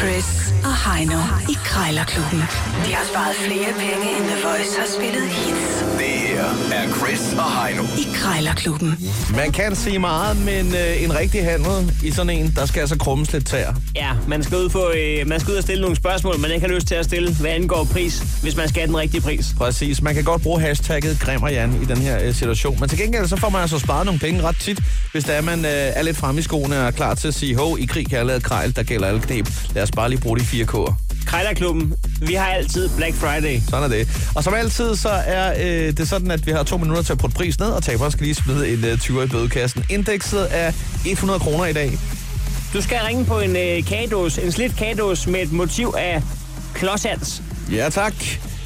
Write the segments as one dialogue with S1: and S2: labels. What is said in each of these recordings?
S1: Chris og Heino i Krejlerklubben. De har sparet flere penge, end The Voice har spillet hits
S2: Det her er Chris og Heino.
S1: i Krejlerklubben.
S3: Man kan sige meget, men øh, en rigtig handel i sådan en, der skal altså krummes lidt tær.
S4: Ja, man skal, ud på, øh, man skal ud og stille nogle spørgsmål, man ikke har lyst til at stille, hvad angår pris, hvis man skal have den rigtige pris.
S3: Præcis. Man kan godt bruge hashtagget Grim og Jan i den her øh, situation. Men til gengæld så får man altså sparet nogle penge ret tit, hvis der er, man øh, er lidt fremme i skoene og er klar til at sige, hov, i krig kan jeg lade krejl, der gælder alle knep. Lad os bare lige bruge de fire k'er.
S4: Krejlerklubben, vi har altid Black Friday.
S3: Sådan er det. Og som altid, så er øh, det sådan, at vi har to minutter til at putte pris ned, og taberen skal lige smide en øh, 20 i bødekassen. Indekset er 100 kroner i dag.
S4: Du skal ringe på en øh, kagedås, en slidt kagedås med et motiv af klodshands.
S3: Ja, tak.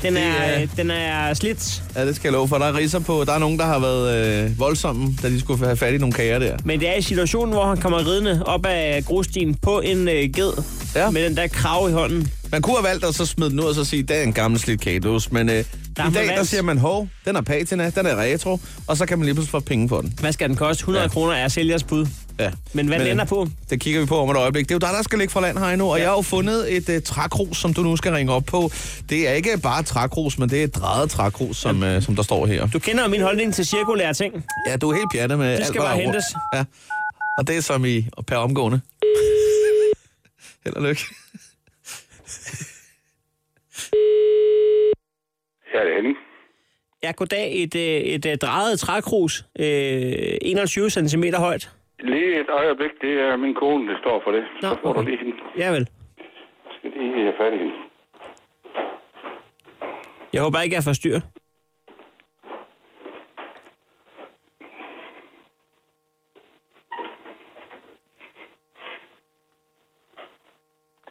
S4: Den
S3: Det
S4: er, øh, den er slidt,
S3: Ja, det skal jeg love for. Der er riser på. Der er nogen, der har været øh, voldsomme, da de skulle have fat i nogle kager der.
S4: men det er i situationen, hvor han kommer ridende op af grusstien på en øh, ged
S3: Ja.
S4: ja. med den der krav i hånden.
S3: Man kunne have valgt at så smide den ud og så sige, det er en gammel slidt kagedås, men øh, i
S4: har man
S3: dag der
S4: valgt.
S3: siger man, hov, den er patina, den er retro, og så kan man lige pludselig få penge for den.
S4: Hvad skal den koste? 100
S3: Ja.
S4: ja. kroner er sælgers bud.
S3: Ja.
S4: Men hvad den
S3: øh,
S4: ender på?
S3: Det kigger vi på om et øjeblik. Det er jo dig, der skal ligge for land her endnu, og ja.
S4: Ja.
S3: jeg har jo fundet et uh, trækrus, som du nu skal ringe op på. Det er ikke bare et trækrus, men det er et drejet trækrus, som, uh, som der står her.
S4: Du kender jo min holdning til cirkulære ting.
S3: Ja, du er helt pjattet med
S4: De
S3: alt,
S4: skal
S3: hvad
S4: bare
S3: der er rundt.
S4: hentes.
S3: Ja. Og det er som i og per omgående. Held og lykke.
S5: Ja, det er Henning.
S4: Ja, goddag. Et, øh, et, et drejet trækrus, øh, 21 cm højt.
S5: Lige et øjeblik, det er min kone, der står for det.
S4: Nå,
S5: så får
S4: okay.
S5: du lige hende.
S4: Ja vel.
S5: Jeg Skal lige have fat i hende.
S4: Jeg håber ikke, jeg forstyrrer.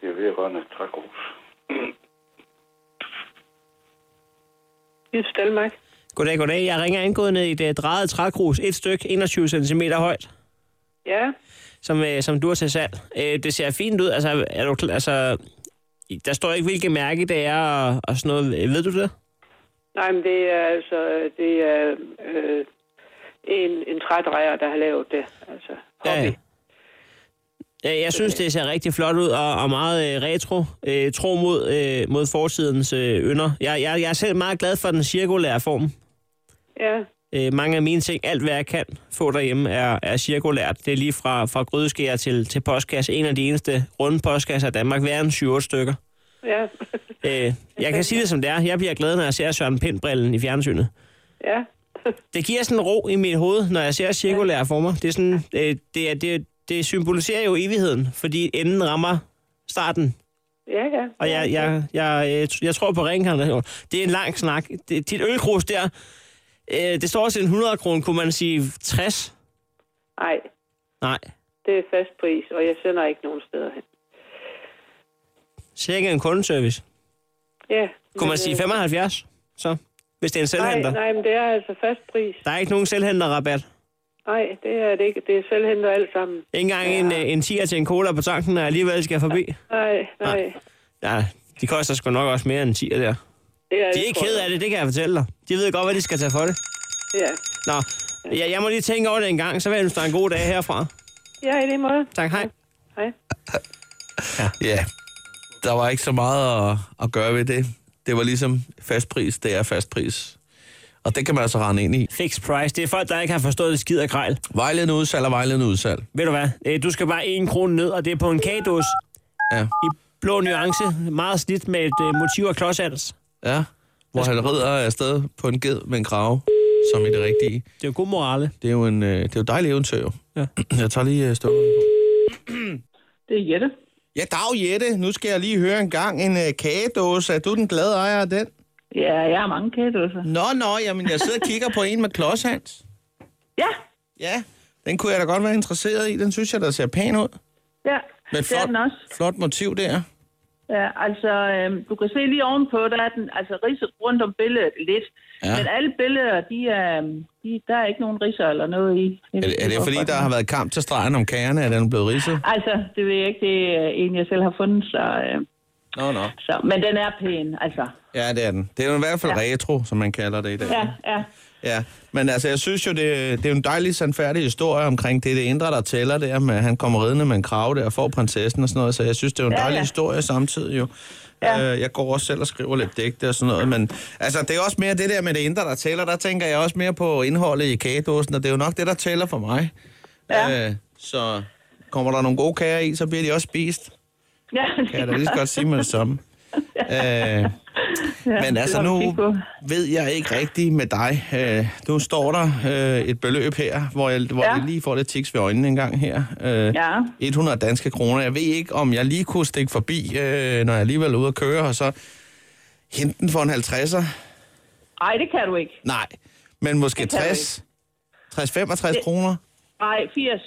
S5: Det er vedrørende trækrus.
S6: Jyds Danmark.
S4: Goddag, goddag. Jeg ringer angående et uh, drejet trækrus, et stykke, 21 cm højt,
S6: Ja,
S4: som, uh, som du har til salg. Uh, det ser fint ud. Altså, er du, kl- altså, i- der står ikke, hvilket mærke det er og, og sådan noget. Øh, Ved du det?
S6: nej, men det er altså det er, øh, en, en trædrejer, der har lavet det. Altså, hobby.
S4: Ja. Ja, jeg synes, det ser rigtig flot ud og, og meget øh, retro. Øh, tro mod, øh, mod fortidens øh, ynder. Jeg, jeg, jeg er selv meget glad for den cirkulære form.
S6: ja.
S4: Øh, mange af mine ting, alt hvad jeg kan få derhjemme, er, er cirkulært. Det er lige fra, fra grydeskærer til, til postkasse. En af de eneste runde postkasser i Danmark. Hver en 7 stykker.
S6: Ja,
S4: Øh, jeg kan sige det, som det er. Jeg bliver glad, når jeg ser Søren Pindbrillen i fjernsynet.
S6: ja,
S4: Det giver sådan en ro i mit hoved, når jeg ser cirkulære former. Det, er sådan, øh, det, er, det, det symboliserer jo evigheden, fordi enden rammer starten.
S6: ja, ja.
S4: Og jeg, jeg, jeg, øh, jeg tror på ringkarnation. Det er en lang snak. Det, dit ølkrus der, øh, det står til en 100 kroner, kunne man sige 60?
S6: Nej,
S4: Nej,
S6: det er fast pris, og jeg sender ikke nogen steder hen.
S4: cirka en kundeservice.
S6: Ja.
S4: Kunne
S6: men,
S4: man sige
S6: øh,
S4: 75? Så, hvis det er en
S6: Nej,
S4: selvhenter.
S6: nej, men det er altså fast pris.
S4: Der er ikke nogen selvhenterrabat.
S6: Nej, det er det ikke. Det er selvhenter alt sammen.
S4: Ikke engang en, øh, en 10'er til en cola på tanken, når jeg alligevel skal forbi.
S6: Nej, nej.
S4: Nej. Ja, de koster sgu nok også mere end 10 der.
S6: Det er,
S4: De er ikke kede af det, det kan jeg fortælle dig. De ved godt, hvad de skal tage for det.
S6: Ja.
S4: Nå, jeg, jeg må lige tænke over det en gang, så vil jeg ønske dig en god dag herfra.
S6: ja, i det måde.
S4: Tak, hej.
S6: Hej.
S3: Ja, der var ikke så meget at, at gøre ved det. Det var ligesom fastpris, det er fastpris. Og det kan man altså rende ind i.
S4: Fixed price, det er folk, der ikke har forstået det skid af grejl.
S3: Vejledende udsalg og vejledende udsalg.
S4: Ved du hvad, Øh, du skal bare en krone ned, og det er på en kagedås
S3: Ja.
S4: i blå nuance. Meget slidt med et øh, motiv af klodshands.
S3: Ja, hvor han rider afsted på en ged med en krave, som i det rigtige.
S4: Det er jo god morale.
S3: Det er jo en øh, det er jo et dejligt eventyr, jo.
S4: Ja.
S3: Jeg tager lige øh, støvlen på.
S6: Det er Jette.
S3: Ja, dag Jette. Nu skal jeg lige høre en gang en øh, kagedåse. Er du den glade ejer af den?
S6: Ja, jeg har mange kædøsser.
S3: Nå, nå, jamen jeg sidder og kigger på en med klodshands.
S6: Ja,
S3: Ja, den kunne jeg da godt være interesseret i. Den synes jeg, der ser pæn ud.
S6: ja.
S3: Men flot, flot motiv der.
S6: Ja, altså,
S7: øhm,
S6: øh, du kan se lige ovenpå, der er den altså ridset rundt om billedet lidt.
S3: Ja.
S6: Ja. Men alle billeder, de er,
S7: øhm,
S6: de, der er ikke nogen ridser eller noget i.
S3: Er det, er det fordi, der har været kamp til stregen om kagerne, at den er blevet ridset?
S6: Altså, det ved jeg ikke. Det er en, jeg selv har fundet, så... Øh,
S3: Nå, nå.
S7: øhm, Så, men den er pæn, altså.
S3: Ja, det er den. Det er jo i hvert fald ja. retro, som man kalder det i dag.
S7: Ja, ja.
S3: Ja, men altså, jeg synes jo, det, det er jo en dejlig, sandfærdig historie omkring det, det indre, der tæller der, med at han kommer ridende med en krave der og får prinsessen og sådan noget, så jeg synes, det er jo en
S7: Ja,
S3: dejlig
S7: ja.
S3: historie samtidig jo.
S7: Ja.
S3: Øh, jeg går også selv og skriver lidt digte og sådan noget, men altså, det er også mere det der med det indre, der tæller, der tænker jeg også mere på indholdet i kagedåsen, og det er jo nok det, der tæller for mig.
S7: Ja.
S3: Øh, så kommer der nogle gode kager i, så bliver de også spist.
S7: ja.
S3: Kan jeg da lige så godt sige med det samme. Øh,
S7: Ja,
S3: men
S7: det
S3: altså
S7: må vi
S3: nu
S7: kigge på.
S3: ved jeg ikke rigtigt med dig. Øh, nu står der øh, et beløb her, hvor, jeg, hvor
S7: Ja.
S3: jeg lige får lidt tiks ved øjnene en gang her. Øh,
S7: Ja.
S3: 100 danske kroner. Jeg ved ikke, om jeg lige kunne stikke forbi, øh, når jeg alligevel er ude at køre, og så hente den for en 50'er.
S7: Ej, det kan du ikke.
S3: Nej, men måske
S7: Det kan du
S3: 60. 60-65 kroner.
S7: Nej, 80.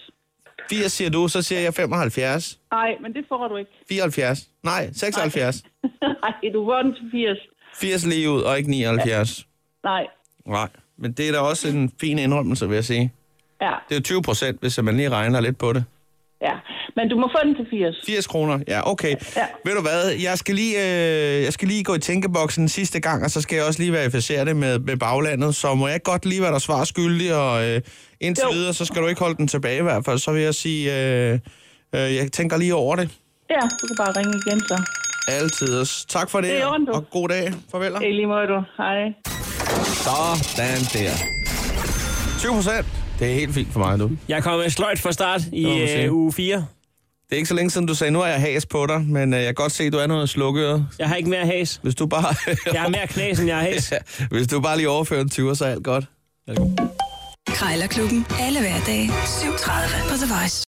S3: 80 siger du, så siger jeg 75.
S7: Nej, men det får du ikke.
S3: 74. Nej, 76.
S7: Nej, du får den til 80.
S3: 80 lige ud, og ikke 79.
S7: Nej,
S3: Nej, men det er da også en fin indrømmelse, vil jeg sige.
S7: ja,
S3: Det er jo 20 procent, hvis man lige regner lidt på det.
S7: ja. Men du må få den til 80.
S3: 80 kroner, ja, okay. Ja.
S7: Ja.
S3: Ved du hvad, jeg skal, lige, øh, jeg skal lige gå i tænkeboksen sidste gang, og så skal jeg også lige verificere det med, med baglandet, så må jeg godt lige være der svar skyldig, og øh, indtil jo.
S7: Jo.
S3: videre, så skal du ikke holde den tilbage i hvert fald, så vil jeg sige, øh, øh, jeg tænker lige over det.
S7: Ja, du kan bare ringe igen så.
S3: Altid. Tak for det,
S7: Det er i orden, du.
S3: og god dag. Farvel.
S7: I lige måde, du. Hej.
S3: Sådan der. 20 procent. Det er helt fint for mig nu.
S4: Jeg kom med sløjt fra start i
S3: må man sige.
S4: øh, uge 4.
S3: Det er ikke så længe siden, du sagde, nu er jeg has på dig, men øh, jeg kan godt se, at du er noget slukket.
S4: Jeg har ikke mere has.
S3: Hvis du bare...
S4: Jeg har mere knas, end jeg har has.
S3: Hvis du bare lige overfører en 20, så er alt godt.
S1: Krejlerklubben. Alle hverdage. 7.30 på The Voice.